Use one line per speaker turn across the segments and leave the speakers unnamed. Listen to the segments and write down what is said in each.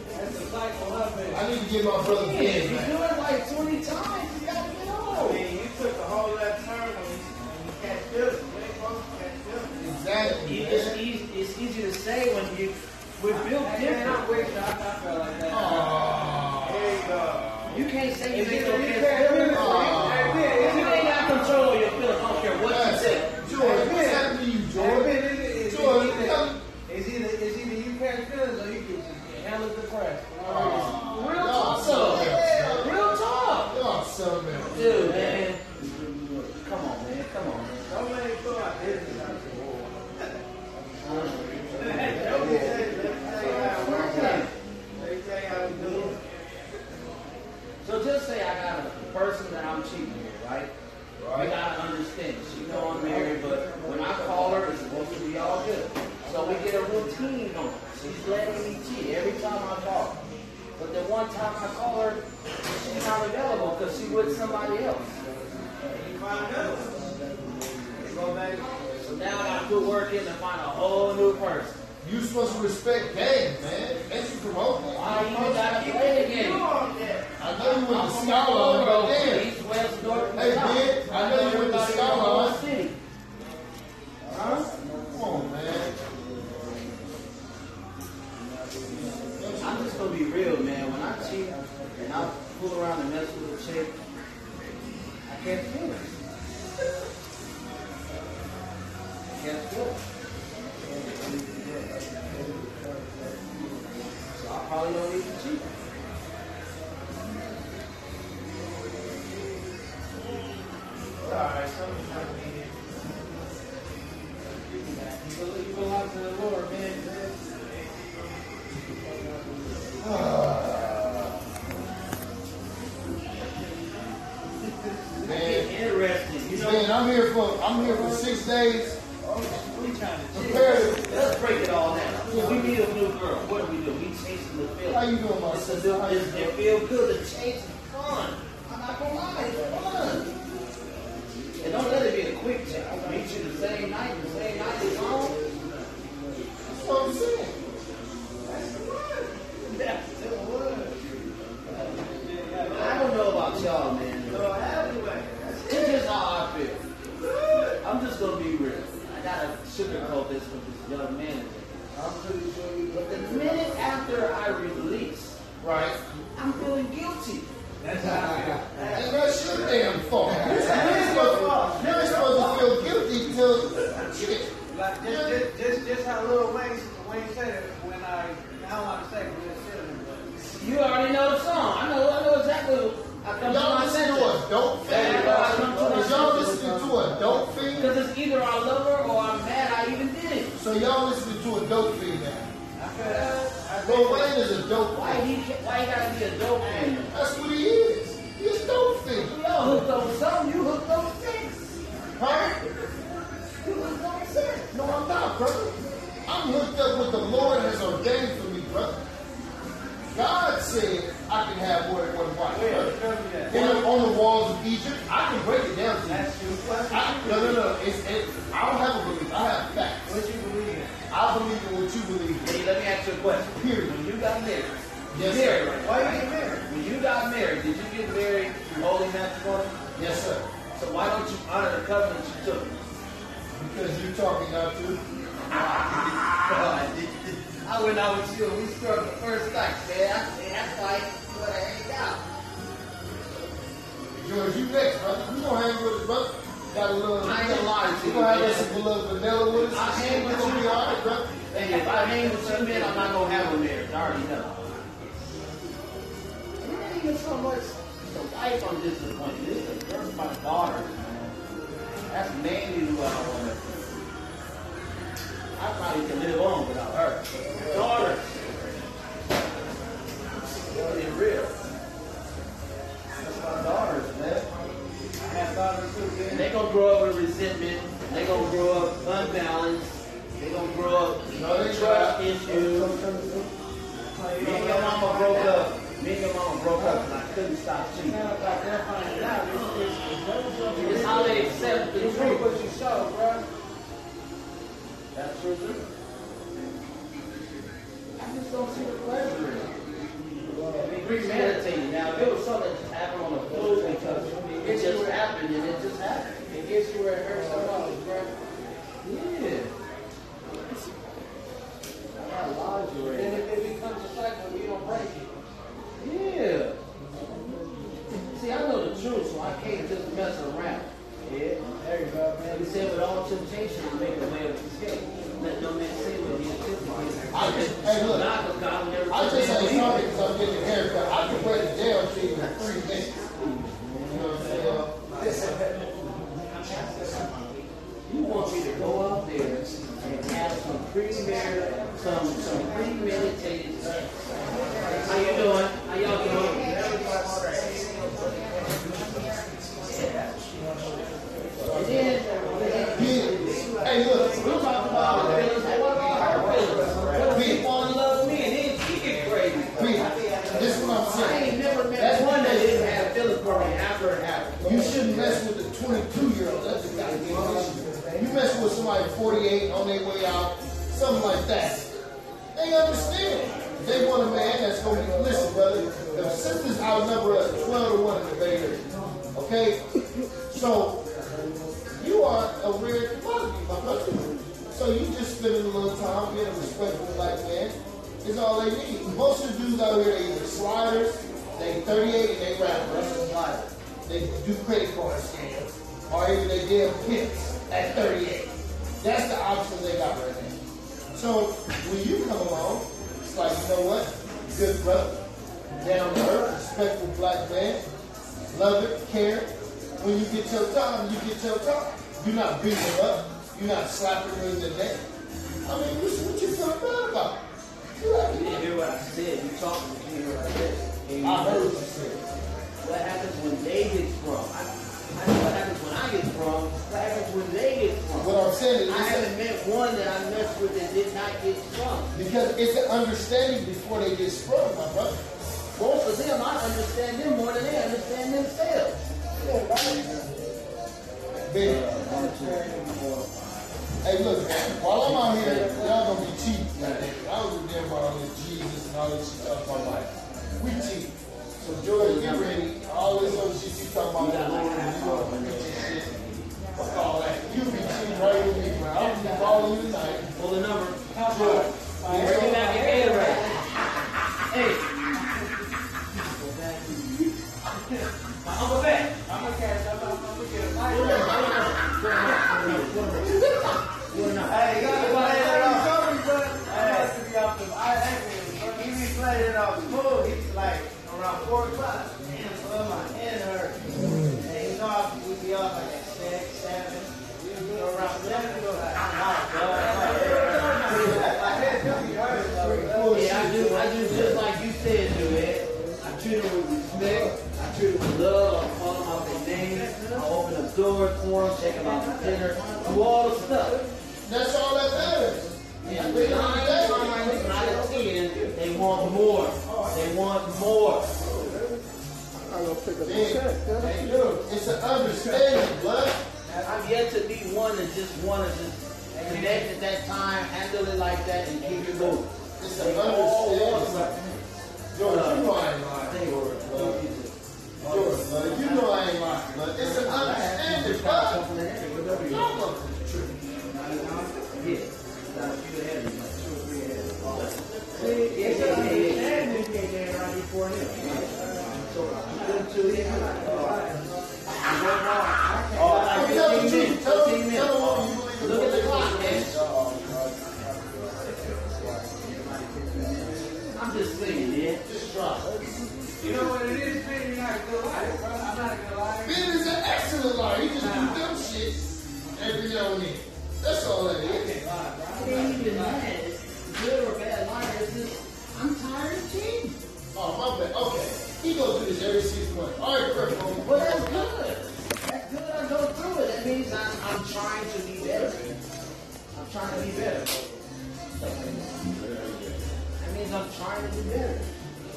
like 11.
I need to get my brother
Yeah, if
fed,
you
man.
do it like 20 times, you gotta get old.
Man, you took a whole left turn when you, when you catch this. You ain't supposed to catch this.
Exactly,
It's
man.
easy, e, it's easy to say when you, we're built
Hey, man,
different.
I wish I I felt like that.
There you go. You can't say you
If you-
ain't
if
gonna
you
catch
can't do
feelings.
this, like, hey, man,
If
if
you
you
ain't got control of your feelings, I don't care what you say.
Yes. George, what's happening to you, George?
It's
George,
either,
come-
it's either, it's either you catch feelings or you get just hella depressed.
Real
Y'all
talk,
something
though.
else.
Real talk.
Y'all something else.
Dude, man.
Come on, man. Come on, man.
Don't let it go out there.
Let me tell you- let me tell you how it works out. Let me tell you how we do it.
So just say I got a person that I'm cheating with, right? We gotta understand. She know I'm married, but when I call her, it's supposed to be all good. So we get a routine going. She's letting me cheat every time I call. her. But the one time I call her, she's not available because she with somebody else.
You find out. You go back.
So now I gotta put work in to find a whole new person.
You supposed to respect game, man. Ain't you promoting it?
I even gotta play the game.
I know you went to scholar, but
Colorado,
damn.
East, West, North,
Hey,
South.
Ben, I know you went to
Everybody in
Scholar.
one City.
Come on, man.
I'm just gonna be real, man. When I cheat and I fool around and mess with a chick, I can't feel it. I can't feel it. So I probably don't need to cheat.
Alright, something's not needed. You bel- you belong to the Lord, man.
Man,
It's interesting, you know.
man, I'm here for I'm here for six days.
We trying to cheat.
Prepare.
Let's break it all down. We need a new girl. What do we do? We chasing the feeling.
How you doing, my
It's a
sister?
new,
How you
it's,
doing?
it feel good to change is fun. I'm not gonna lie, it's fun. And don't let it be a quick change. I'll meet you the same night, the same night is on.
That's what I'm saying.
That's the word. I don't know about y'all, man.
So anyway,
It's just how I feel. I'm just gonna be real. I gotta sugarcoat this with this young man.
I'm pretty sure you
But the minute after I release,
Right.
I'm feeling guilty.
That's how I feel.
And that's your damn fault. You ain't supposed, you ain't supposed to feel guilty till shit.
Like just, just, just, just how Lil Wayne, Wayne said it when I, I don't want to say it, but it's silly, but.
You already know the song. I know. I know exactly. I come to
Y'all
my
listen to
senses.
adult
Yeah, I come to my
fans. Y'all
senses.
listening to adult fans.
Because it's either I love her or I'm mad I even did it.
So y'all listening to adult fans now.
I feel that.
Lil Wayne is a dope
Why
fan.
he why he gotta be a dope man?
That's what he is. He's a dope fan.
You hooked on something, you hooked on sex.
Huh?
You hooked on sex.
No, I'm not, brother. I'm hooked up with the Lord has ordained for me, brother. God said I can have more than one wife.
Where?
brother.
Show me that.
In the, on the walls of Egypt, I can break it down to you.
That's you. What
I, no, no, no. It's, it, I don't have a belief. I have facts.
you believe in?
I believe in what you believe
Hey, let me ask you a question.
in. Period.
When you got married,
Yes,
married,
sir.
Why you get married?
when you got married, did you get married through holy matrimony?
Yes, sir.
So why don't you honor the covenant you took?
Because you're talking out to.
God, Ah, I went out with you and we struck the first night, man. I said, that's why I wanna hang out.
George, you next, brother. We gonna hang with us, brother. Got a little.
I ain't gonna lie to
We
you,
gonna have
man.
us a little vanilla with us.
I hang
We
with
gonna
you.
be alright, brother.
Hey, if I hang with you, man, I'm not gonna have a marriage. I already know. Not even so much the wife I'm disappointed. This is the first my daughters, man. That's mainly who I want to. I probably could live on without her. Daughters. Really real. That's my daughters, man.
I have daughters too,
And
man.
they gonna grow up with resentment. They gonna grow up unbalanced. They gonna grow up
No, they
trust
try.
issues. Me and your mama broke up. Me and your mama broke up, and I couldn't stop cheating.
Now about that finding out, it's, it's,
It's
it's
how they accept the
You reap
truth.
what you sow, bro.
That's true. I just don't see the pleasure in it. premeditated. Now, if it was something that just happened on the fluke because it just happened and it just happened.
It gets you where it hurts the most, bro.
Yeah. I got laundry right
And
now.
if it becomes a cycle, you don't break it.
Yeah. See, I know the truth, so I can't just mess around. Yeah.
There you go, man.
Like you said, with all temptation, I make a way of escape. Let no man sin with me.
I just- hey, look.
God, 'cause God will never
I just
forgive
ain't
me.
sorry because I'm getting a haircut. I can wear the jail shit in three minutes. You know what I'm saying?
You want me to go out there and have some premeditated, some some premeditated sex. How you doing? How y'all doing? And then,
Yeah. Hey, look,
we talk about her feelings, but what about her feelings? What if she fall in love with me and then she get crazy?
Pete, this is what I'm
I
saying.
ain't never met
That's-
one that didn't have feelings for me after it happened.
You shouldn't mess with a 22 year old. That's a goddamn issue. You mess with somebody 48 on their way out, something like that. They understand. They want a man that's going to be, listen, brother, the sisters outnumber us 12 to 1 in the Bay Area. Okay? So, you are a rare commodity, my brother. So, you just spending a little time being a respectful black man is all they need. Most of the dudes out here, they either sliders, they 38 and they rapper. That's a slider. They do credit card scams, or even they damn pimps at 38. That's the option they got right now. So when you come along, it's like, you know what? Good brother, down to earth, respectful black man, love it, care. it. When you get your time, you get your time. You're not beating her up. You're not slapping her in the neck. I mean, what, what you feel bad about? You
You
have to-
didn't hear what I said. You talking to me like this. And you-
I heard what you said.
What happens when they get drunk? I, I know what happens when I get drunk. What happens when they get drunk?
What I'm saying is,
I
it's-
haven't met one that I messed with that did not get drunk.
Because it's an understanding before they get sprung, my brother.
Both of them, I understand them more than they understand themselves.
Baby.
One, two, three, four, five.
Hey, look, man, while I'm out here, y'all gonna be cheating. goddamn. I was damn about all this Jesus and all this shit out of my life. We cheat. So, George, get ready. All this other shit you talking about, the Lord, and you gonna preach this shit. Fuck all that. You be cheating right with me, man. I'm gonna call you tonight.
Pull the number.
George,
Bring it back your head Hey. My Uncle Ben.
I'm gonna catch up. I'm gonna get a mic. Hey, you gotta play it off. I had to be off the. I had to. He be playing it off full. He's like around four o'clock. Damn, son, my head hurt. And you know I we be off like at six, seven. So Around seven, we go like, I'm out, bro. My head do be hurting, though.
Yeah, I do. I do just like you said, do it. I treat them with respect. I treat them with love. I call them out their names. I open the door for them, take them out to dinner, do all the stuff.
that's all that matters.
Yeah, behind them, out of ten, they want more. They want more.
Then, hey, look, it's an understanding, blood.
I've yet to be one that just want to just connect at that time, handle it like that, and keep it moving.
It's an
They all want
understanding.
something.
George, you lying,
They were. uh,
George, blood. You know I ain't lying, blood. It's an understanding, blood. Y'all motherfuckers tripping.
Yeah. Now, if you had it, like, two or three had it, all that. Yeah, yeah, yeah, yeah. Oh, like
Tell
15
the truth.
minutes,
Tell them-
15 minutes.
tell them what you believe in.
Look at the clock, man. I'm just saying, man.
Just try.
You know what it is, man? You're not a good liar, bro. I'm not a good liar.
Ben is an excellent liar. He just do dumb shit every now and then. That's all that
It
is.
ain't even that. Good or bad liar, it's just, I'm tired of cheating.
Oh, my bad. Okay. He goes through this every six months. All right, perfect.
Well, that's good. That's good. I go through it. That means I'm, I'm trying to be better. I'm trying to be better. That means I'm trying to do better.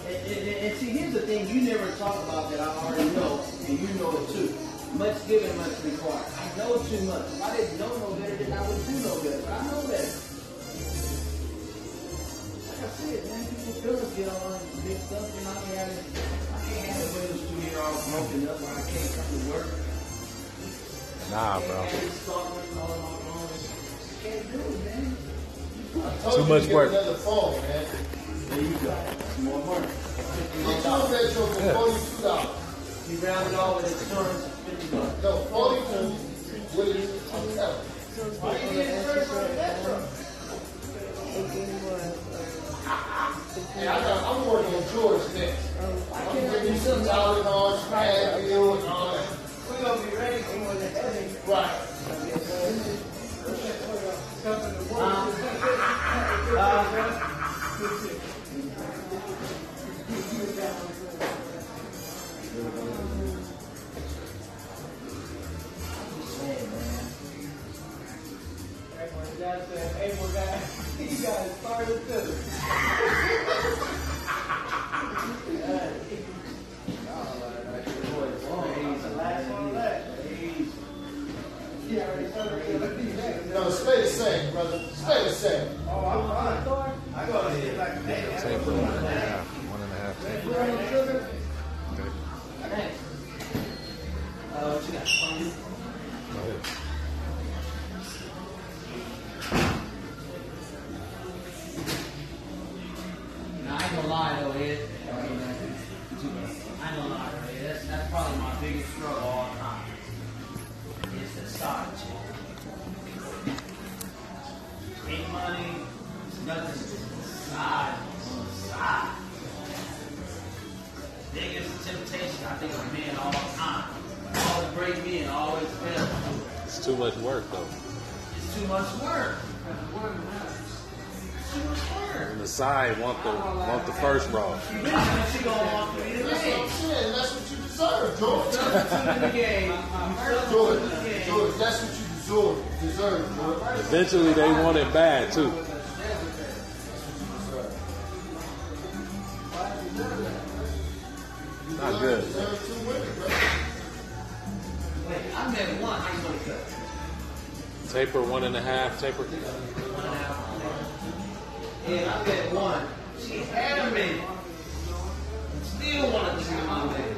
And, and, and, and see, here's the thing you never talk about that I already know, and you know it too. Much given, much required. I know too much. If I didn't know no better, then I would do no better. But I know better. Like I said, man, people feelings
get all mixed up and I can't have it. I can't have the Raiders through here all broken up when I can't come to work.
Nah,
I
bro.
can't have it starting all on my own. Can't do it, man.
Too much work.
Another phone, man.
There you go. Some more money.
Get you a metro for forty-two dollars.
You round it all with insurance, fifty bucks.
No, forty-two. What is? I'm telling. you.
Why you need insurance on the metro?
Hey, I got, I'm working on George next.
Oh,
I'm giving you some dollar and all, Bill and all that.
We gonna be ready for when the heavy
Right.
Everyone got that. Everyone got. He got his started feeling.
No, stay the same, brother. Stay the same.
Take one and a half. One and a half. Take Okay.
Now, I ain't gonna lie though, Ed. I mean, I ain't gonna lie, Ed. That's, that's probably my biggest struggle all time. Is the side chick. Ain't money, nothing. Side, side. Biggest temptation I think of men all the time. All the great men always fail.
It's too much work, though.
It's too much work. Work matters. Too much work.
And the side want the want the first roll.
You know that she gonna walk through the
That's what I'm
game.
saying. That's what you deserve, George.
Substitute in the game.
George,
Substitute in the game.
George, that's what you deserve. Deserve, George.
Eventually, they want it bad too. Not
You
good.
Deserve two women, brother.
Wait, I met one. I know the coach.
Taper one and a half. Taper.
And I met one. She had a man. Still wanted to be my man.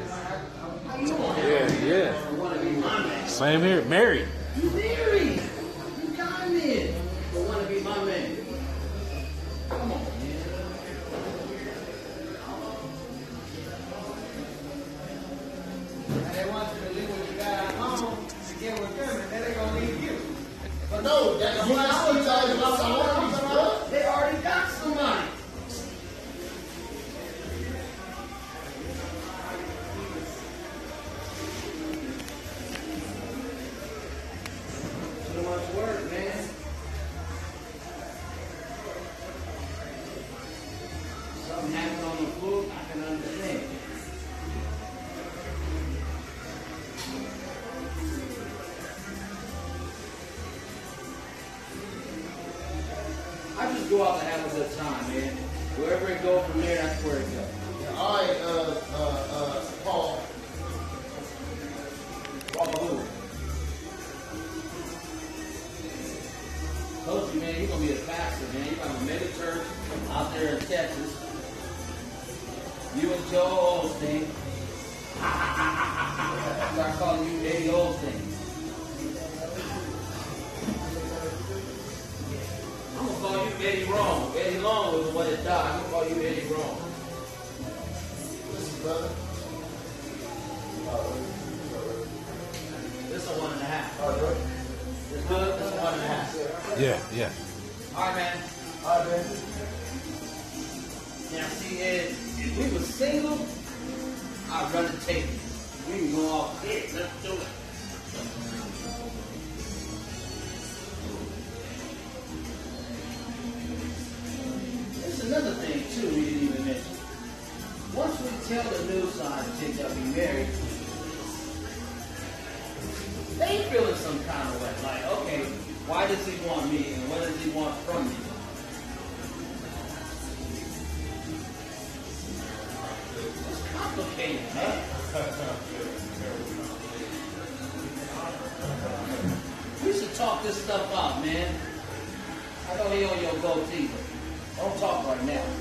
How you want to
Yeah, yeah.
want to be my man?
Same here. Married.
You married. You got a man. But want to be my man. Come on, man.
They want you to live with your guy at home to get with them, and then they gonna leave you.
But no, that, you not still talking about minorities, brother.
They already got somebody. Too much work, man. Something happened on the floor, I can understand. I just go out and have a good time, man. Wherever it go from there, that's where it goes.
All right, uh, uh, uh, Paul.
Coach, man, you're gonna be a pastor, man. You're gonna mega church out there in Texas. You and Joe Osteen. Start calling you Daddy Osteen. I'm gonna call you Eddie Wrong. Eddie Long was the one that died. I'm gonna call you Eddie Wrong.
Listen, brother.
This is one and a half. It's good. This is one and a half.
Yeah, yeah.
All right, man.
All right, man.
Now, see, Ed, if we were single, I'd run the table. We can go off it. Let's do it. There's another thing, too, we didn't even mention. Once we tell the new side chick that we married, they feeling some kind of way. Like, okay, why does he want me and what does he want from me? It's complicated, man. we should talk this stuff out, man. I know he on your goatee, but don't talk right now.